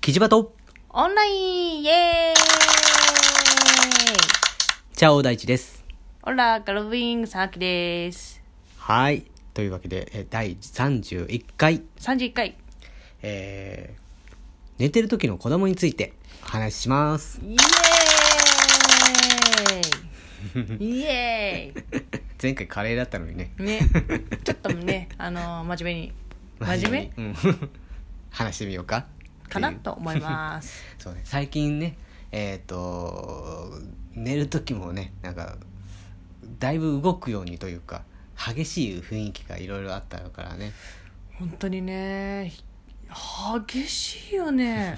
キジバトオンラインイエーイチャオ大地です。オラ、ガルビング、サーキです。はい。というわけで、え第31回、 31回。えー、寝てる時の子供についてお話しします。 イエーイイエー前回カレーだったのにね。イね、ちょっとね、あのー真面目に、真面目 うん。話してみようか。目かなと思い ます。そうね。最近ね、えっ、と、寝る時もね、なんか、だいぶ動くようにというか、激しい雰囲気がいろいろあったからね。本当にね、ひ激しいよね。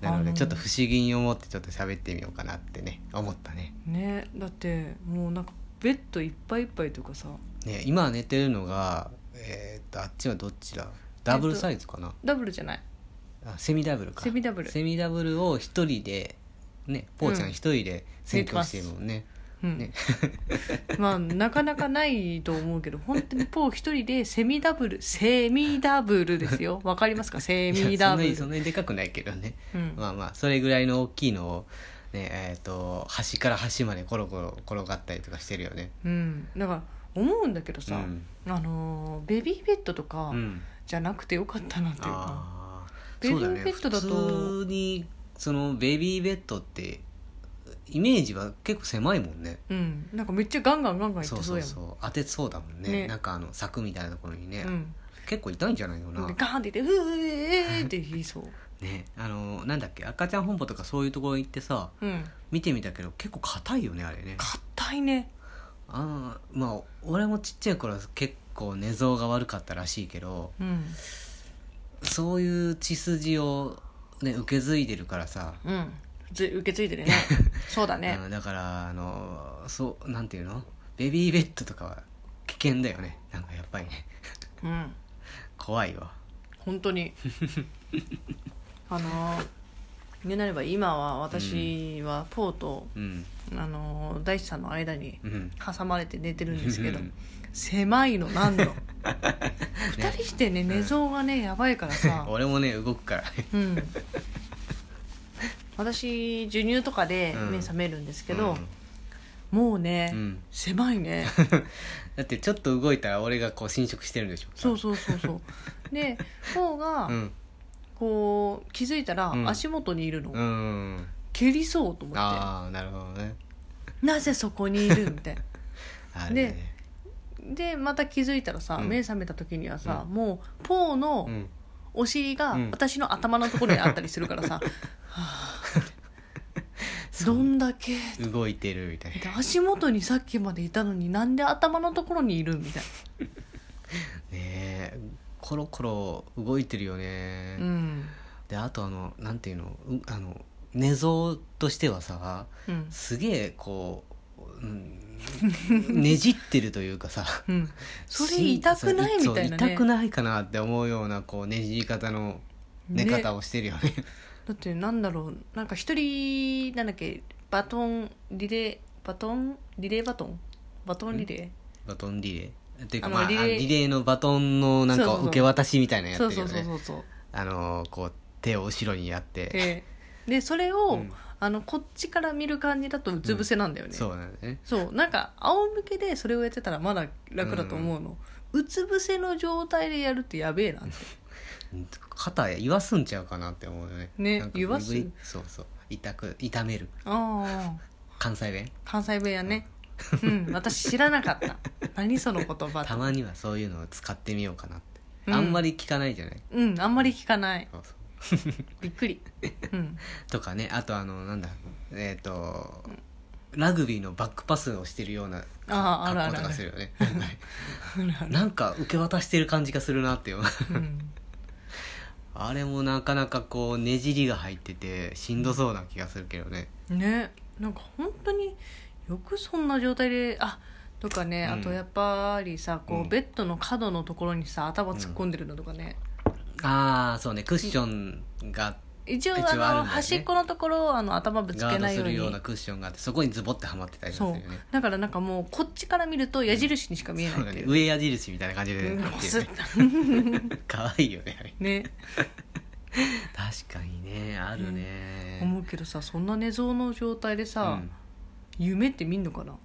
なのあでのちょっと不思議に思ってちょっと喋ってみようかなってね思ったねね、だって、もうなんか、ベッドいっぱいいっぱいとかさ、ね今寝てるのがえーっとあっちはどっちだダブルサイズかな、ダブルじゃない。あセミダブルかセミダブルセミダブルを一人でねぽーちゃんうん一人で選挙してるもんね,、うんね まあなかなかないと思うけど本当にポー一人でセミダブルセミダブルです よわかりますかセいやミダそんブなルにそんなにでかくないけどね、うんまあまあそれぐらいの大きいのをねえーっと端から端までコロコロ転がったりとかしてるよねうんだから思うんだけどさ、うんあのーベビーベッドとかうんじゃなくてよかったなっていうか、あベビーそうねベッドだと普通にそのベビーベッドってイメージは結構狭いもんねうんなんかめっちゃガンガンガンガンいっそうてそうそうやもんうそう当てそうだもんねねなんかあの柵みたいなところにね、ん、結構痛いんじゃないのかなでガーンって言って「うーって言いそうねあのなんだっけ赤ちゃん本舗とかそういうところ行ってさ うん見てみたけど結構硬いよねあれね硬いねあーまあ俺もちっちゃい頃は結構寝相が悪かったらしいけどうんそういう血筋を、ね、受け継いでるからさ、うんず受け継いでる ねそうだねうんだからあのそうなんていうのベビーベッドとかは危険だよねなんかやっぱりねうん怖いわ本 当にあの言うなれば今は私はポーと、うんあの大地さんの間にうん挟まれて寝てるんですけどうん狭いの 何度二人してね寝相がねやばいから さ俺もね動くからねうん私授乳とかでうん目覚めるんですけど、もうね、うん狭いねだってちょっと動いたら俺がこう侵食してるんでしょそうそうそう そうでポーがうんこう気づいたらうん足元にいるの、うん蹴りそうと思って。ああなるほどねなぜそこにいるみ たいなあれねででまた気づいたらさ、うん目覚めた時にはさ、もうポーのうんお尻がうん私の頭のところにあったりするから さ、はぁどんだけ動いてるみたいで足元にさっきまでいたのになんで頭のところにいるみたいなねえコロコロ動いてるよねな、うんであとあのなんていうのうあの寝相としてはさうんすげえこう、 うん、ねじってるというかさうん、それ痛くないみたいなそうね痛くないかなって思うようなこうねじり方の寝方ねをしてるよねだってなんだろうなんか一人なんだっけバトンリレーバトンリレーバトンバトンリレー、バトンリレーっていうかあのまあリリレレーーリレーのバトンのなんそうかそうそう受け渡しみたいなのやそうってるそようそうそねうそうあのーこう手を後ろにやってででそれうを、んあのこっちから見る感じだとうつ伏せなんだよね、そうなんだねそうなんか仰向けでそれをやってたらまだ楽だと思うの、うつ伏せの状態でやるってやべえなってうん肩言わすんちゃうかなって思うよねねなんか言わすそうそう痛く痛めるああ関西弁関西弁やねうん私知らなか った何その言葉たまにはそういうのを使ってみようかなって、うんあんまり聞かないじゃないうんあんまり聞かないそうそうびっくりうんとかねあとあのなんだえっ、とラグビーのバックパスをしてるようなあーあるあ格好る とあるかするよねあるなんか受け渡してる感じがするなっていううんあれもなかなかこうねじりが入っててしんどそうな気がするけどね ねなんか本当によくそんな状態であとかね、うんあとやっぱりさこう、うんベッドの角のところにさ頭突っ込んでるのとかね、ああそうねクッションが一応一応ああるんのだよね端っこのところをあの頭ぶつガけードないすようるにようなクッションがあってそこにズボってはまってたりするそようねだからなんかもうこっちから見ると矢印にしか見え ないそうっだてねいう,、上矢印みたいな感じで うん入っこてするっね可愛いよねあれね確かにねあるね、思うけどさそんな寝相の状態でさ、夢って見んのかな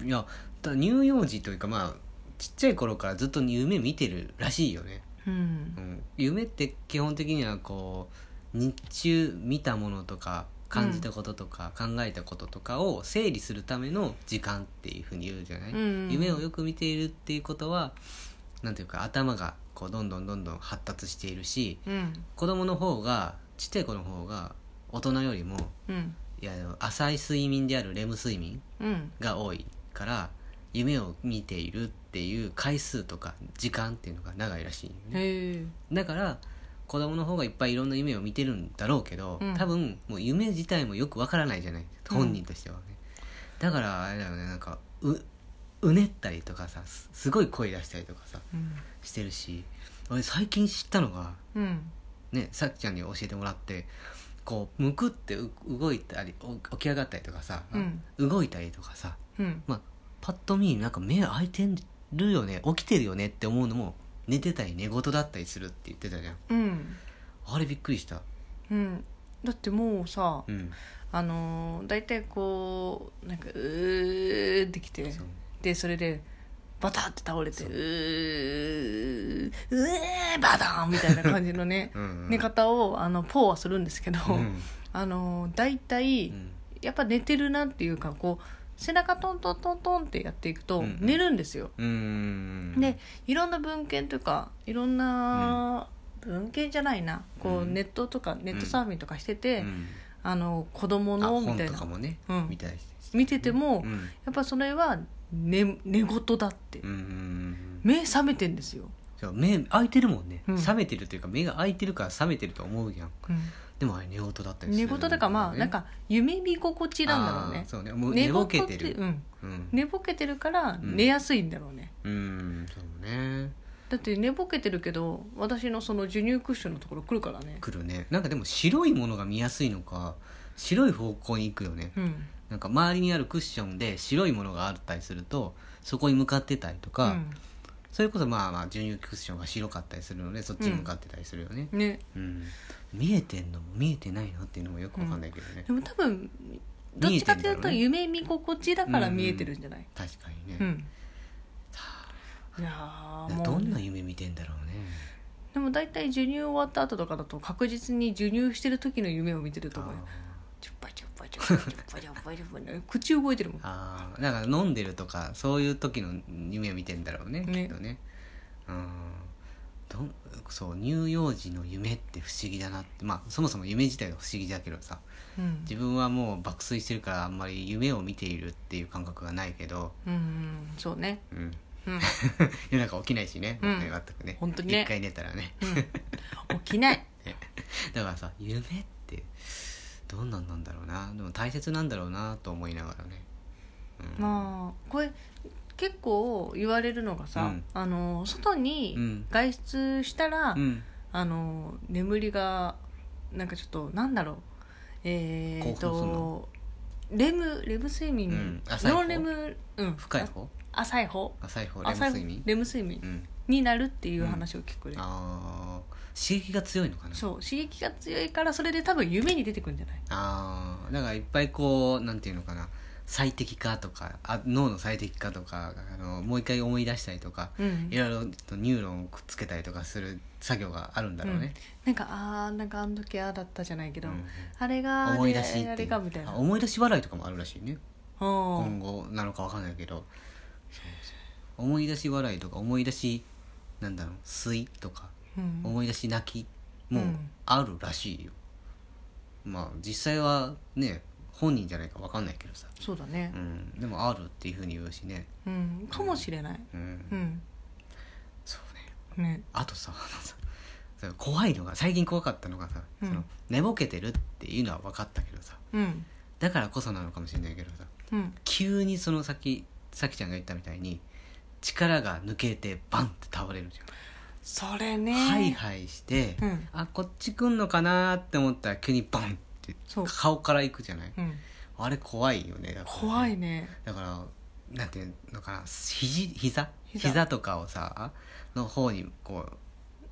うん、いやだ乳幼児というかまあちっちゃい頃からずっと夢見てるらしいよね、うんうん、夢って基本的にはこう日中見たものとか感じたこととか考えたこととかを整理するための時間っていうふうに言うじゃない、うん夢をよく見ているっていうことはなんていうか頭がこうどんどんどんどん発達しているしうん子供の方がちっちゃい子の方が大人よりもうんいや浅い睡眠であるレム睡眠うんが多いから夢を見ているっていう回数とか時間っていうのが長いらしいよねへえだから子供の方がいっぱいいろんな夢を見てるんだろうけど、うん多分もう夢自体もよくわからないじゃない本人としてはね、だからあれだよねなんかううねったりとかさすすごい声出したりとかさうんしてるし俺最近知ったのがうんねさっちゃんに教えてもらってこうむくってう動いたりお起き上がったりとかさ、うん動いたりとかさうんまあパッと見なんか目開いてるよね起きてるよねって思うのも寝てたり寝言だったりするって言ってたじゃんうんあれびっくりした。うんだってもうさうん。あのー、大体こうなんかうーってきてそうでそれでバタって倒れてそううーうーバタンみたいな感じのねうん うん寝方をあのポーはするんですけど、うんあのー大体、うんやっぱ寝てるなっていうかこう背中トントントントンってやっていくうとんうん寝るんですよ。うん。でいろんな文献というかいろんな文献じゃないなこううんネットとかネットサーフィンとかしてて、うん、あの子供のあみた本いとかなもね、うん見たりして。見てても、うやん。っぱそれは寝寝言だって、うんうんうん。目覚めてんですよ、そう目開いてるもんね、うん冷めてるというか目が開いてるから冷めてると思うじゃんでもあれ寝言だったりす寝る言だからまあねなんか夢見心地なんだろうあねーそうねもう寝ぼけて寝るぼうん、うん寝ぼけてるからうん寝やすいんだろうね、うんそうねだって寝ぼけてるけど私のその授乳クッションのところ来るからね来るねなんかでも白いものが見やすいのか白い方向に行くよねうんなんか周りにあるクッションで白いものがあったりするとそこに向かってたりとか、それこそまあまあ純乳クッションが白かったりするのでそっちに向かってたりするよね、うん、ねうん見えてんのも見えてないのっていうのもよくわかんないけどね、でも多分どっちかっていうと見え夢見心地だから見えてるんじゃない、確かにね、うんだいやかーらもうどんな夢見てんだろうねでも大体授乳終わった後とかだと確実に授乳してる時の夢を見てると思うよチュッパチュッパチュッパチュッパチュッパチュッパチュッパ口動いてるもんあーあーだから飲んでるとかそういう時の夢見てんだろうねねきっとねうんどんそう乳幼児の夢って不思議だなってまあそもそも夢自体が不思議だけどさうん自分はもう爆睡してるからあんまり夢を見ているっていう感覚がないけど、うんうんそうねうん、 うん、夜中起きないしね、う本ん当に全くね本当にね一回寝たらねうん、起きないだからさ夢ってどんなんなんだろうなでも大切なんだろうなと思いながらね、うん、まあこれ結構言われるのがさ、うんあの外うにん外出したら、うんあの眠りがなんかちょっとなんだろうえー、興奮するとのレムレム睡眠、うん浅い方ノンレム、うん、深い方あ浅い方浅い方レム浅い睡眠レム睡眠うんになるっていう話を聞くね、あー刺激が強いのかなそう刺激が強いからそれで多分夢に出てくるんじゃないあーだからいっぱいこうなんていうのかな最適化とかあ脳の最適化とかあのもう一回思い出したりとか、うんいろいろとニューロンをくっつけたりとかする作業があるんだろうね、なんかあーなんかあの時ああだったじゃないけど、うんあれが思い出しってあいれうあれがみたいなあ思い出し笑いとかもあるらしいねうん今後なのかわかんないけど思い出し笑いとか思い出しなんだろう水とかうん思い出し泣きもうんあるらしいよ、まあ実際はね本人じゃないかわかんないけどさ、そうだねう、ん、でもあるっていうふうに言うしね、うん、かもしれない、うんうんそうねねあとさあのさその怖いのが最近怖かったのがさ、うんその寝ぼけてるっていうのは分かったけどさうんだからこそなのかもしれないけどさうん急にその先さきちゃんが言ったみたいに力が抜けてバンって倒れるじそれねゃん、はいはいして、うんあこっち来んのかなって思ったら急にバンってそう顔から行くじゃないうん、あれ怖いよねだから怖いねだからなんていうのかな肘膝膝とかをさの方にこ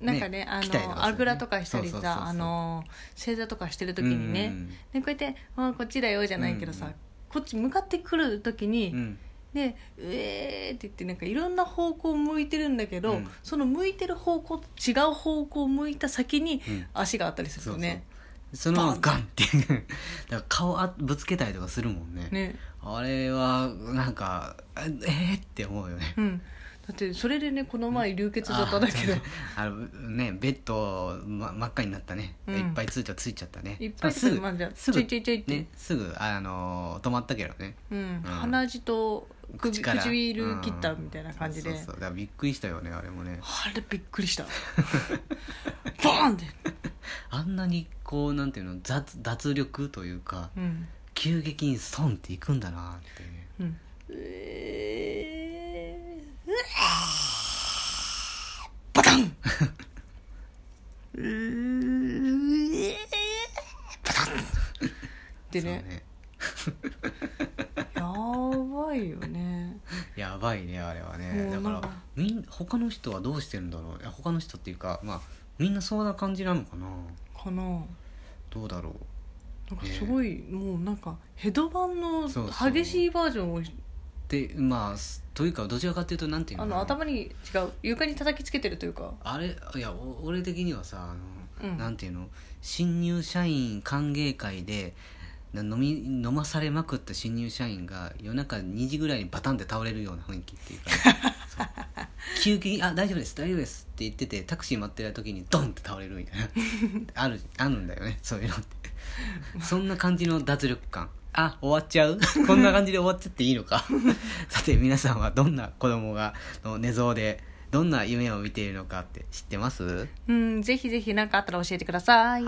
うなんかねあ来たりとかするよねのあぐらとかしたりそうそうそうそうさあの正座とかしてる時にね、でこうやって「あーこっちだよ」じゃないけどさ、うんうんこっち向かってくる時に、うんうんで「うえー」って言ってなんかいろんな方向向いてるんだけど、うんその向いてる方向と違う方向向いた先にうん足があったりするそうよそうね。そのままバガンっていう だから顔あぶつけたりとかするもんねねあれはなんかえー、って思うよねうん、だってそれでねこの前流血沙汰だけどあのねベッド、ま、真っ赤になったね、うんいっぱいついちゃついちゃったね いっぱいついすぐまあじゃあすぐちょいちょいちょいってね、すぐあの止まったけどねうん、うん鼻血と首口から唇切ったみたいな感じで、うんそうそうだからびっくりしたよねあれもねあれびっく りしたボーンって、あんなにこうなんていうの雑脱力というかうん急激に損っていくんだなってねうん、えー、うわーバタンうえーバタンってそうねやばいよねやばいねあれはねもうだなんかからみん他の人はどうしてるんだろういや他の人っていうかまあみんなそんな感じなのかなかななんどうだろうかすごい、もうなんかヘドバンのそうそう激しいバージョンをでまあすというかどちらかというとなんていうあのの頭に違う床に叩きつけてるというかあれいやお俺的にはさあの、うんなんていうの新入社員歓迎会でな飲み飲まされまくった新入社員が夜中2時ぐらいにバタンって倒れるような雰囲気っていうか、 そう急激に「あ大丈夫です大丈夫です」って言っててタクシー待ってる時にドンって倒れるみ たいなあるあるんだよねそういうのってそんな感じの脱力感あ終わっちゃうこんな感じで終わっちゃっていいの かさて皆さんはどんな子供がの寝相でどんな夢を見ているのかって知ってますうんぜひぜひ何かあったら教えてください